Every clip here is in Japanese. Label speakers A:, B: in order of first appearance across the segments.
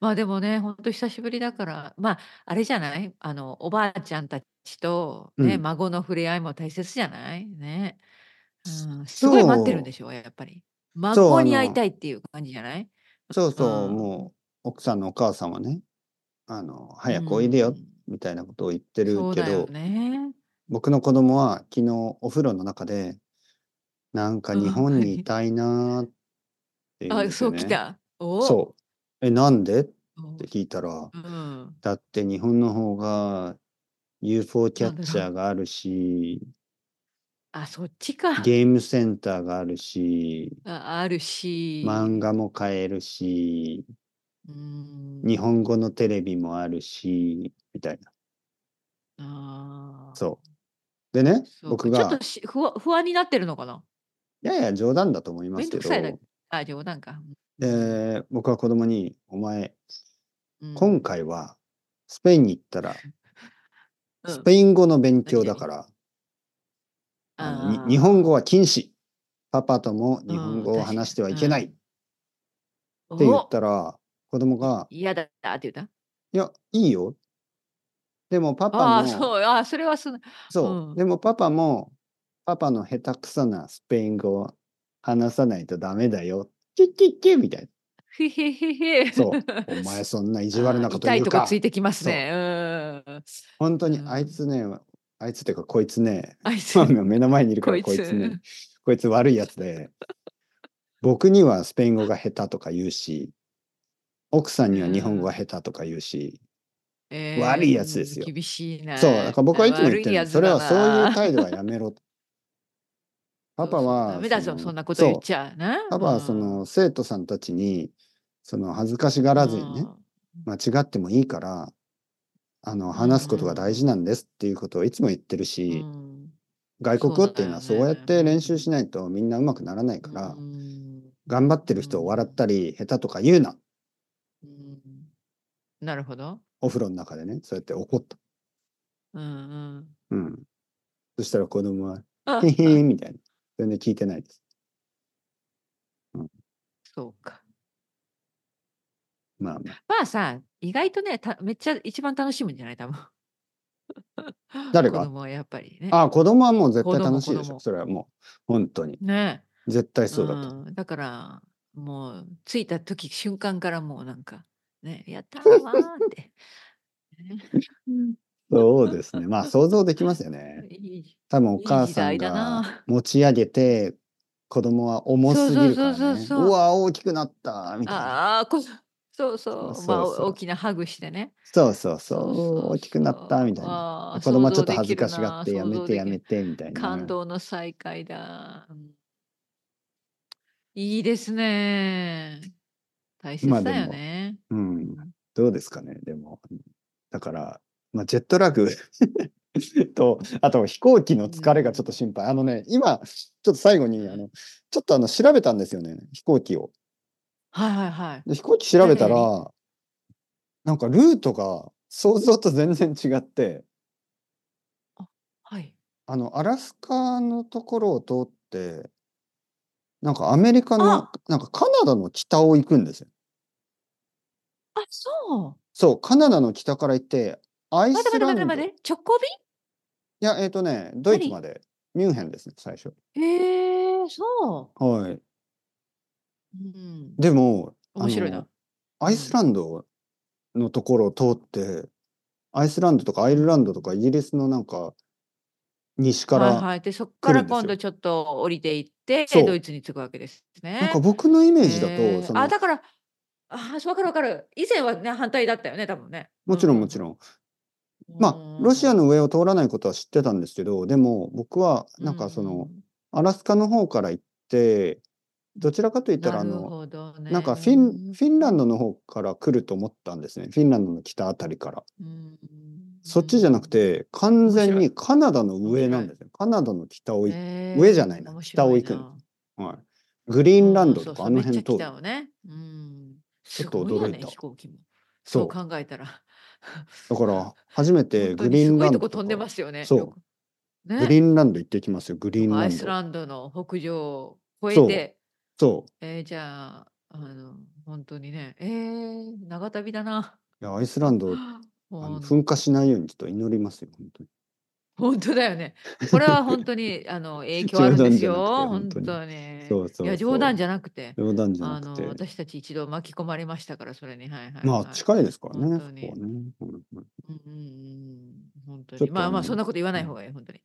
A: まあ、でもね、ほんと久しぶりだから、まあ、あれじゃない？あの、おばあちゃんたちと
B: う
A: ね、
B: ん。
A: 孫の触れ合いも大切じゃない？ね。うーん、すごい待ってるん
B: そ
A: で
B: う。
A: しょ？やっぱり。
B: そう、
A: 孫
B: あ
A: に会いた
B: の
A: いっていう感じじゃない？
B: そう
A: う
B: そう、
A: ん。
B: もう、奥さんのお母さんはね、あの
A: う
B: 「早くおいでよ」
A: ん。
B: みたいなことを言ってる
A: そう
B: け
A: だよ
B: ど、
A: ね。
B: 僕の子供は昨日お風呂の中で「なんか
A: うん、
B: 日本
A: は
B: にい
A: い。
B: たいな」って言うん
A: あ、
B: ですよ
A: そうき
B: ね。
A: た。おお。
B: そう。「え、なんで？」って
A: お
B: 聞いたら
A: お。うん。
B: 「だって日本の方が UFO キャ
A: な
B: ッ
A: んだ
B: チ
A: ろ
B: ャー
A: う。
B: があるし」
A: あ、そっちか。
B: 「ゲームセンターがあ るし」
A: あ、ある
B: 「漫
A: し。
B: 画も買えるし」
A: うー
B: 「日本
A: ん。
B: 語のテレビもあるし」みたいな。
A: ああ。
B: そう。でね、
A: そう
B: 僕
A: か、ちょっ
B: が
A: としふわ不安になってるのかな？
B: いやいや、冗談だと思いま
A: め
B: す
A: んど
B: け
A: くさいだ
B: ど。
A: けあ、冗談か。うん。
B: で、僕は子供に「お前、
A: うん。
B: 今回はスペインに行ったら」
A: う
B: 「ス
A: ん。
B: ペイン語の勉
A: なに
B: 強
A: な
B: だか
A: に？
B: ら」あの、に「日本語
A: ああ。
B: は禁止。パパとも日
A: う
B: 本
A: ん、
B: 語を
A: 確
B: 話
A: か
B: してはい
A: に。う
B: けない」っ
A: ん。
B: て言っ
A: お！
B: たら、子供
A: い
B: が
A: 嫌だったって言った？
B: 「いや、いいよ」「でもパパ
A: ああ、
B: も」
A: そう、ああ、それはすなう
B: そう、
A: ん。
B: 「でもパパも、パパの下手くそなスペイン語を話さないとダメだよ。キッキッキ」みたいな。
A: へへへへ。
B: そう、「お前そんな意地悪
A: ああ、
B: なこ
A: 痛
B: と言
A: いうとこつ
B: か」
A: いてきます
B: そう。
A: ね。う
B: ほんと
A: ー
B: に
A: ん。
B: あいう
A: ーん。
B: つね、あいつっていうかこいつね、
A: あい
B: ま、
A: つ、
B: 今目の前にいるか
A: こ
B: ら
A: い
B: こいつね、
A: つ。
B: こいつ悪いやつで僕にはスペイン語が下手とか言うし、奥さん
A: う
B: には日本
A: ー
B: 語が
A: ん。
B: 下手とか言うし、悪
A: え
B: い
A: え、
B: や
A: う
B: つです
A: ん、
B: よ。
A: 厳しい
B: そう、だ
A: な。
B: から僕はいつも言っ
A: 悪
B: て
A: い
B: る
A: や
B: の。そ
A: つ
B: れ
A: だ
B: はそういう
A: な。
B: 態度は やめろと。パ
A: そう
B: パ
A: そう、ダ
B: は
A: メ
B: そ
A: だぞ、そ
B: の
A: んなこと言っ
B: そ
A: ちゃな。
B: う、パパはその生徒さんたちに、その恥ずかしが
A: う
B: らずにね、
A: ん。うん。
B: 間違ってもいいから、あの、
A: う
B: 話すことが大
A: んう
B: 事
A: ん。
B: なんです、っていうことをいつも言ってる
A: う
B: し、
A: ん。
B: 外国
A: そう
B: 語っ
A: だ
B: ていうのは
A: よ
B: そうやっ
A: ね。う
B: て練習し
A: ん。
B: ないとみんな上手くならないうか
A: ー
B: ら、
A: ん。
B: 頑張って
A: う
B: る人を笑っ
A: ん。
B: たり、下手とか言うな。
A: うーん。なるほど。
B: お風呂ん中でね、そうやって怒った。
A: うんうん。
B: うん。そしたら子供は、
A: あ、
B: へへ
A: あ。
B: え、みたいな。全然聞いてないです。うん。
A: そうか。
B: まあまあ。
A: まあさ、意外とね、ためっちゃ一番楽しむんじゃない？多分。
B: 誰
A: 子
B: が？
A: 供はやっぱりね。
B: ああ、子供はもう絶
A: 子
B: 対
A: 供
B: 楽し
A: 子
B: いでしょ。
A: 供。
B: それはもう、ほんとに。
A: ね。
B: 絶対
A: う
B: そうだと思う。
A: ーん、だから、もう着いた時瞬間からもうなんか、ね、「やったー！わあ」って。 ね。
B: そうですね、まあ、想像できますよね。
A: いい
B: 多分お
A: いい
B: 母
A: 時
B: さん
A: 代だ
B: が
A: な。
B: 持ち上げて、子供は重
A: そう
B: すぎ
A: そう
B: るか
A: そうそ
B: ら
A: う
B: ね、
A: そうう。
B: わ、大きくなった、みたいな。
A: ああ、こそう
B: そう
A: そう、ま
B: そ
A: あ、
B: う
A: お
B: そ
A: 大
B: う。
A: きなハグしてね。
B: そうそうそう、
A: そう
B: うお、
A: そう
B: 大きくなった、
A: そ
B: み
A: う。
B: たいな。
A: ああ、
B: で、子
A: 想
B: 供はちょ
A: 像
B: っと
A: で
B: 恥
A: き
B: ず
A: る
B: かしがっ
A: な、
B: て、や
A: 想
B: め
A: 像
B: て
A: で
B: や
A: き
B: め
A: る。
B: て、みたい
A: 感
B: な。
A: 動の再会だ。うん。いいですね。大切
B: まあ、で
A: だよ
B: も、
A: ね。
B: う、
A: うんん。
B: どうですかね、でも。うん。だから、ま、ジェットラグ と、あと飛行機
A: う
B: の疲れがちょっ
A: ん。
B: と心配。あのね、今、ちょっと最後
A: う
B: に、あ
A: ん。
B: の、ちょっとあの、調べたんですよね、飛行機を。
A: はいはいはい。
B: で、飛行機調べ
A: 何
B: た
A: 何？
B: らなんかルートが想像と全然違って
A: あ、はい。
B: あの、アラスカのところを通ってなんかアメリカの、
A: あ！
B: なんかカナダの北を行くんですよ。
A: あ、そう。
B: そう、カナダの北から行って、アイ
A: 待て待て
B: スラ
A: 待て
B: ン
A: 待
B: ド
A: て、直行便？
B: いや、えっとね、ドイツま
A: 何？
B: で、ミュンヘンですね、最初。
A: ええ、そう。
B: はい。
A: うん。
B: でも、あ
A: 面白い
B: の、
A: な。
B: ア
A: う
B: イス
A: ん。
B: ランドのところを通って、アイスランドとかア
A: う
B: イルランドとか
A: ん。
B: イギリスのなんか西か
A: はい
B: ら
A: はい。で、そっか
B: 来る
A: ら
B: んです
A: 今
B: よ。
A: 度ちょっと降りていって、ド
B: そ
A: イ
B: う。
A: ツに着くわけです
B: なんか
A: ね。
B: 僕のイメー
A: へ
B: ジだと、
A: え。
B: そ
A: あ、
B: の
A: だから、ああ、そう、わかるわかる。以前はね、反対だったよね、多分ね。う
B: もちろんも
A: ん。
B: ちろん。
A: う
B: ま、ロシ
A: ー
B: アの
A: ん。
B: 上を通らないことは知ってたんですけど、でも、僕は
A: う
B: なんかその、
A: ん。
B: アラスカの方から行って、どちらかと言った
A: な
B: らあ
A: る
B: の、
A: ほど
B: なん
A: ね。
B: か
A: う
B: フィン
A: ん。
B: フィンランドの方から来ると思ったんですね。フィンランドの北あたりから。
A: うーん、う
B: そっちじゃなく
A: ん。
B: て、完
A: 面
B: 全
A: 白い。
B: にカナダの
A: 面
B: 上な
A: 白
B: ん
A: い。
B: ですよ。カナダの北をい上じゃ
A: え
B: ない
A: え、
B: な、
A: 面
B: 北
A: 白
B: を
A: い
B: 行くんです。
A: な。
B: はい。グリーンラン
A: うん、
B: ド
A: そ
B: と
A: う
B: か
A: そ
B: あ
A: う、め
B: の
A: っちゃ
B: 辺通
A: 来
B: る。
A: たわね。うん。
B: ちょ
A: す
B: っと
A: ごいよ
B: 驚い
A: ね、
B: た。
A: 飛行機も。そう
B: そう。
A: 考えたら。
B: だから、初め
A: ほ
B: て
A: んと
B: グ
A: に
B: リー
A: す
B: ン
A: ごい
B: ラン
A: と
B: ド
A: こと飛んで
B: か
A: ますよね、よ
B: そう。
A: く。
B: グリ
A: ね。
B: ーンランド行ってきますよ、グ
A: と
B: リーン
A: かア
B: ラ
A: イ
B: ン
A: ス
B: ド。
A: ランドの北上を越え
B: そう。
A: て、
B: そう。
A: ええ、じゃあ、あの本当にね。えー、長旅だな。
B: いやアイスランド、あ
A: ほ
B: の
A: ん
B: 噴火しないようにちょっと祈りますよ、本当に。
A: 本当だよね。これは本当にあ の影響あるんですよ。
B: 冗
A: 本
B: 談じゃなくて
A: 当に。
B: そうそう
A: いや
B: そう
A: 冗談じゃなくて。
B: 冗談じ
A: あ
B: ゃな
A: の
B: くて。
A: 私たち一度巻き込まれましたからそれにはいはい、はい、
B: まあ、近いですからね、
A: 本
B: そこ
A: 当
B: は
A: に
B: ね。う
A: う
B: んうん
A: んうんうん本当
B: ちょ
A: に
B: っと
A: まあま
B: あの
A: あそんなこと言わない方がいい本当に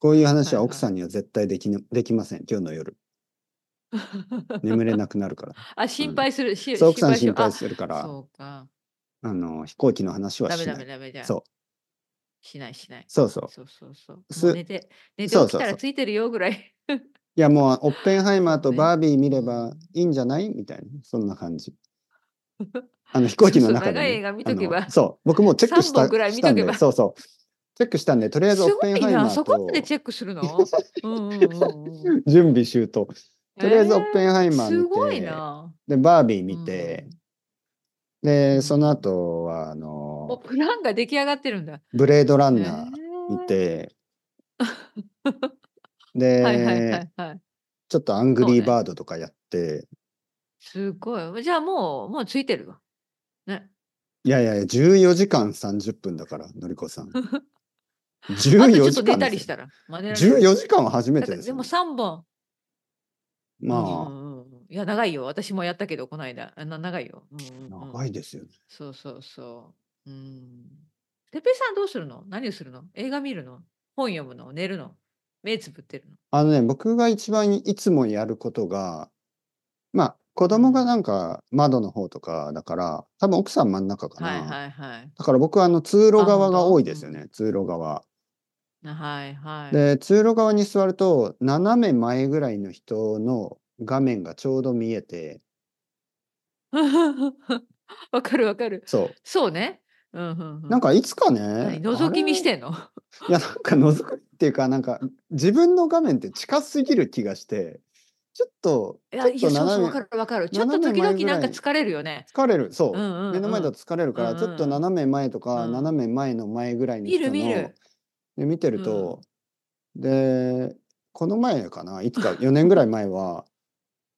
B: こういう話は
A: はいはい
B: 奥さんには絶対できなできません、今日の夜。眠れなくな るから。
A: あ心配する、し
B: そう奥さん心配
A: す
B: するか
A: る
B: ら、
A: そうか
B: あの飛行機の話は
A: ダメ
B: し
A: ダ
B: な
A: メ
B: い。
A: ダメじゃん
B: そう
A: しないしない
B: そうそう。
A: そうそうそうもう
B: す
A: 寝て寝て
B: そう
A: 起
B: そ
A: き
B: う
A: た
B: そう
A: らついてるよぐらい
B: いやもうオッペンハイマー
A: そ
B: と
A: うね
B: バービー見ればいいんじゃないみたいなそんな 感じ。あの飛行機の中で、ね。
A: 長い映画見とけば
B: あのそう僕もうチェックした
A: 三本ぐらい見とけば
B: したんでそうそうチェックしたんでとりあえ
A: す
B: ずオッ
A: ご
B: ペン
A: い
B: ハイマ
A: なそ
B: ー
A: こまで
B: と
A: チェックす るのうんうんうんうん
B: 準備周到。とりあえず
A: え
B: オ
A: ー
B: ッペンハイマー
A: す
B: 見て、
A: ごいな
B: でバービー見て、
A: う
B: で
A: ん
B: その後はあ
A: うんも
B: の
A: うプランが出来上がってるんだ
B: ブレードランナー
A: 見
B: 見 て、で、
A: はいはいはいはい
B: ちょっとアングリ
A: そう
B: ー
A: ね
B: バードとかやって、
A: すごいじゃあもうもうついてるわね
B: いやいやいや、14時間30分だから、のり こさん。14時
A: あと
B: 間です
A: ち
B: よ
A: ょっと寝たりしたら真似られる
B: 14時間は初め
A: だってて
B: です
A: で
B: よ
A: も。3本う
B: ま
A: んうんうんいや長いよ私もやったけどこの間あな長いよ、うん
B: あ、
A: うんうん
B: 長いですよね。
A: そうそうそううんてっぺいさんどうするの何をするの映画見るの本読むの寝るの目つぶってるの
B: あのね、僕が一番いつもやることが、まあ、子供がなんか窓の方とかだから、多分奥さん真ん中かな。
A: はいはいはい
B: だから僕はあの通路側が
A: あ本当
B: 多いですよね、
A: う
B: 通路側。
A: なはいはい
B: で、通路側に座ると、斜め前ぐらいの人の画面がちょうど見えて、
A: わかるわかる
B: そう。
A: そうねうんうん、うん、
B: なんかいつかね、
A: 何覗き見してんの
B: いやなんか覗くっていうかなんか自分の画面って近すぎる気がしてちょっと
A: い
B: ち
A: や
B: ょ
A: い
B: っ
A: や
B: と
A: そうそうわ
B: 斜
A: か
B: め
A: るわかるちょっと
B: 斜
A: 時
B: め前
A: 々
B: ぐらい
A: なんか疲れるよね
B: 疲れるそうう、
A: んうん、うん、
B: 目の前だと疲れるから、
A: うんうん
B: ちょっと斜め前とか、
A: うん
B: 斜め前の前ぐらいの
A: 見
B: 人
A: る
B: の
A: 見る
B: で見てると、でこの前かな5日4年ぐらい前は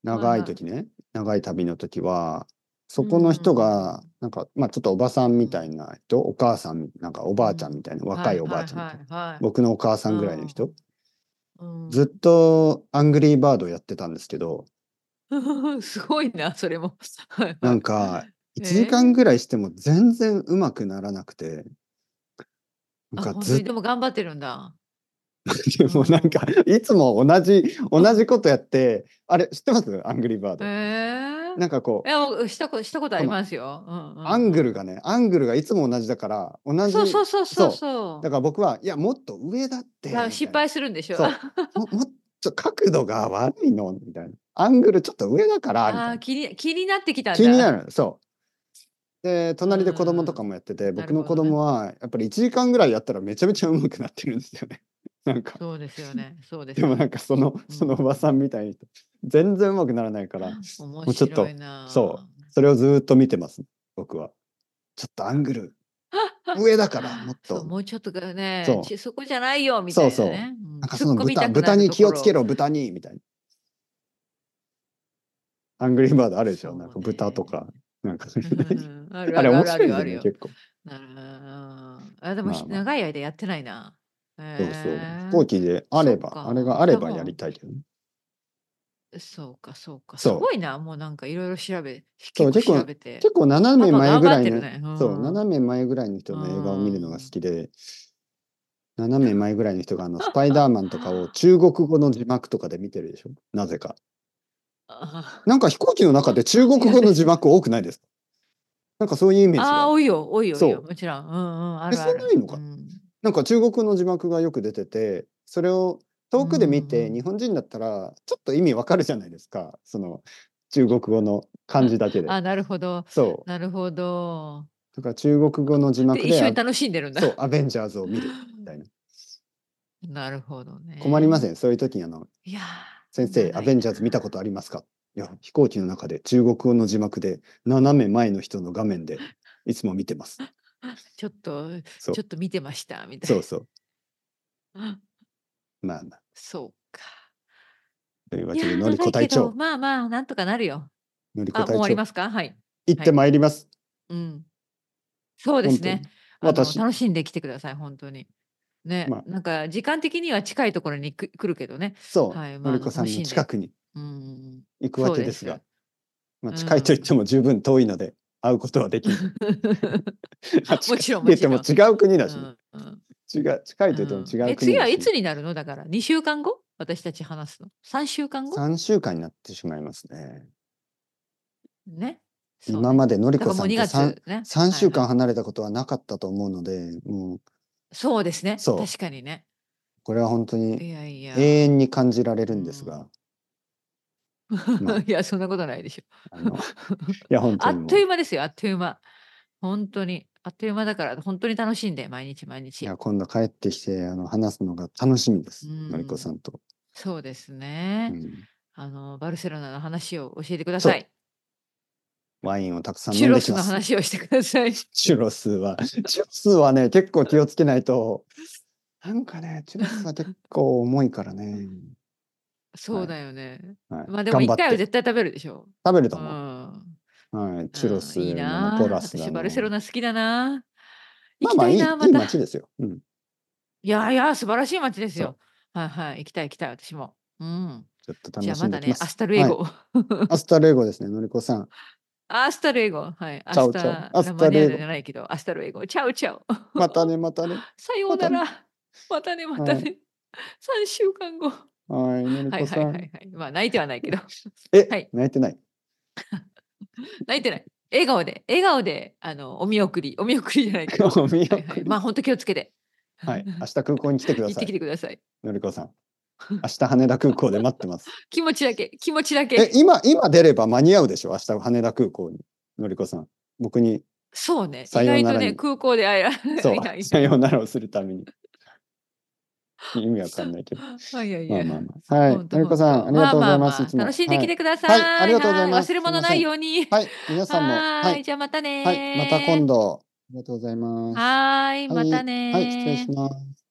B: 長い時ね長い旅の時はそこの人がなんか、まあ、ちょっとおばさんみたいな人、お母さんなんかおばあちゃんみたいな、若いおばあちゃんみたいな、
A: はいはいはいはい
B: 僕のお母さんぐらいの人、
A: うん
B: ずっとアングリーバードやってたんですけど、
A: すごいな、それも。はいはい
B: なんか、1
A: えー
B: 時間ぐらいしても全然うまくならなくて、
A: あ
B: なんか
A: 本
B: ず
A: 当
B: っ
A: にでも頑張ってるんだ。
B: と、もうなんか、いつも同じ、同じことやって、あれ、知ってますアングリー
A: え
B: バード。
A: え
B: なんかこ、
A: いうや、僕したこしたことありますよ。うんうん
B: アングルがね、アングルがいつも同じだから、同じ。
A: そうそうそうそうそう。
B: だから僕は、いや、もっと上だって。
A: いや
B: みたい
A: 失
B: な
A: 敗するんでしょ。
B: そうももっと角度が悪いのみたいな。アングルちょっと上だから、みたい
A: あ
B: な
A: ー。気に気になってきたんだ。
B: 気になるそうで隣で子供とかもやってて、
A: ん
B: 僕の
A: なる
B: 子
A: ほどね
B: 供はやっぱり1時間ぐらいやったらめちゃめちゃ上手くなってるんですよねなんか
A: そうですよね。そうです
B: でも
A: よ
B: な
A: ね。
B: んかその
A: うん
B: そのおばさんみたいに全然上手くならないから
A: 面
B: ちょっと
A: 白いな。
B: そそれをずーっと見てます僕はちょっとアング ル上だからもっ
A: そう
B: と
A: もうちょっとがね
B: そう
A: ちそこじゃないよみたいなね。
B: そうそう
A: うん
B: なんか
A: 突
B: そ
A: っ
B: の
A: 込み
B: 豚
A: たくなる
B: 豚に気をつけ
A: とこ
B: ろ豚にみたいなアングリーバードあ
A: ろ
B: るでしょ、なんか豚とか。なんか
A: そうね うんうんある
B: あ
A: あ
B: れ
A: るあ
B: 面
A: るあ
B: 白いで
A: る
B: す
A: あ
B: よ
A: る
B: ね
A: よ。
B: 結構
A: なるほどうんあでも、
B: まあ
A: ひ
B: まあ
A: 長い間やってないな。
B: そう
A: へ
B: そう
A: え
B: 飛行機であれ
A: そっ
B: ば
A: か
B: あれがあれば
A: でも
B: やりたいけどね
A: そうかそうか。す
B: そう
A: ごいな、もうなんかいろいろ調べ、
B: そう
A: 結構
B: 結構
A: 調べて。
B: 結構斜め前ぐら
A: パパ頑張
B: いの、
A: ってるねうん
B: そう斜め前ぐらいの人の映画を見るのが好きで、斜め前ぐらいの人があのスパイダーマンとかを中国語の字幕とかで見てるでしょなぜか
A: あ
B: なんか飛行機の中で中国語の字幕多くないですかなんかそういうイメージ
A: あー、
B: が
A: 多いよ、多いよ、多い
B: そ
A: よ
B: う
A: もちろん。うんうん、あるあ
B: そ
A: る。
B: れないのか
A: うん
B: なんか中国語の字幕がよく出ててそれを遠くで見
A: うんう
B: て
A: んうん
B: 日本人だったらちょっと意味わかるじゃないですかその中国語の漢字だけで
A: あなるほど、
B: そう
A: なるほど。
B: だから中国語の字幕
A: で、
B: で
A: 一緒に楽しんでるんだ
B: そ。うアベンジャーズを見るみたいな
A: なるほどね。
B: 困りませ
A: ん。
B: ん。そういう時にあの
A: いやー
B: 先生、
A: 長い
B: アベンジャーズ見たことありますかいや、飛行機の中で中国語の字幕で斜め前の人の画面でいつも見てます。
A: ちょっと、
B: そう
A: ちょっと見てました、みたいな。
B: そうそう。まあまあ、
A: そうか。
B: というわ
A: い
B: け
A: やー
B: で、のりこ
A: 長い
B: 隊
A: けど
B: 長。
A: まあまあ、なんとかなるよ。
B: のり
A: あ、
B: こ
A: もう
B: 隊
A: 終わり
B: 長、
A: ますかはい。
B: 行ってまいります。
A: うん。そうですね。
B: 本当
A: あの
B: に私
A: 楽しんできてください、本当に。ね、
B: まあ
A: なんか時間的には近いところにく来るけどね。
B: そう、
A: はいまあ
B: のりこさんの近くに
A: うん。
B: 行くわけですが、まあ、
A: うん
B: 近いと言っても十分遠いので会うことはで きない。あ近い
A: もちろん
B: と言っても
A: もち
B: 違う国だし、
A: うんうん
B: 違う近いと言っても違う国だし、
A: え次はいつになるのだから2週間後私たち話すの3週間後
B: 3週間になってしまいますね。
A: ねそう
B: 今までのり
A: だか
B: こ
A: らも
B: さ
A: うん2
B: と三
A: 月ね
B: 三週
A: は
B: 間
A: いはい
B: 離れたことはなかったと思うので、もう
A: そうですね
B: そう
A: 確かにね
B: これは本当
A: い
B: に
A: やいや、
B: 永遠に感じられるんですが、まあ
A: いやそんなことないでしょ
B: あの いや本
A: あ
B: 当に
A: っ
B: も
A: と
B: う
A: いう
B: い
A: 間ですよあっという間本当にあっという間だから本当に楽しんで毎日毎日
B: や今度帰ってきてあの話すのが楽しみです、
A: うん
B: のりこさんと、
A: そうです
B: う
A: ね、
B: ん
A: あのバルセロナの話を教えてくだ
B: そう
A: さい
B: ワインをたくさん
A: チ
B: 飲
A: ュ
B: ん
A: ロ
B: でき
A: ス
B: ま
A: の
B: す。
A: 話をしてください
B: チュロスは、チュロスはね、結構気をつけないと、なんかね、チュロスは結構重いからね。
A: そうだよね、
B: はい、
A: まあでも1
B: 頑張っ
A: 回は
B: て
A: 絶対食べるでしょ
B: 食べる
A: う
B: と思う。
A: ん
B: はい、チュロス
A: うんいい
B: だ
A: な
B: の、
A: あ
B: ポラスだ
A: 私
B: の。
A: バルセロナ好きだな行
B: ま
A: きた
B: あまあい
A: い
B: い、い
A: なま
B: い
A: た、
B: 街ですよ。うん。
A: いやいや素晴らしい街ですよはいはい行きたい行きたい私もうん
B: ちょっと
A: じゃ
B: 楽
A: あ
B: し
A: ま
B: んで
A: た
B: きま
A: ね
B: す。
A: アスタルエ
B: はい
A: ゴ、
B: アスタルエゴですね、のりこさ ん。
A: アスタルエゴはいア
B: チャ
A: ス
B: オチャオ
A: タ
B: アス
A: ラ
B: タ
A: マニ
B: ル
A: ア
B: エゴ
A: ナじゃないけどアスタルエゴチャオチ ャオ
B: またね、またね。
A: さような
B: ま
A: らまたねまたね、
B: はい
A: 3週間後
B: はい、の
A: はい
B: りこ
A: はい
B: さ
A: はいは
B: ん。
A: いまあ泣いてはないけどは
B: え
A: い、
B: 泣いてない。
A: 泣いてない笑顔で笑顔であのお見送りお見送りじゃないけど
B: お見送り
A: はい、はい、まあ本当気をつけて
B: はい、明日空港に来てくだ
A: 行っ
B: さ
A: てき
B: い。
A: てください
B: のりこさん。明日羽田空港で待ってます。
A: 気持ちだけ気持ちだ
B: え
A: け、
B: 今、今出れば間に合うでしょ明日羽田空港に。のりこさん。僕に、
A: そうね
B: さ
A: 意
B: よう
A: 外
B: な
A: と
B: ら
A: ね
B: に
A: 空港であいら
B: そ、
A: いやいうや
B: さようならをするため に。意味わかんないけど。
A: あいやい
B: まあ
A: や
B: まあまあ。はい。
A: ほんと
B: のりこさん、
A: ほ
B: あ
A: ん
B: り
A: と
B: がとうございま
A: あ
B: す。
A: あ
B: いつも
A: 楽しんできて
B: は
A: ください。
B: はいありがとうございます
A: は忘れ物ないように。
B: はい。皆さんも。
A: は
B: は
A: ーい
B: い。
A: じゃあまたね
B: はい。また今度。ありがとうございます。
A: はーい、ま
B: は
A: た
B: い
A: ねー
B: はい。失礼します。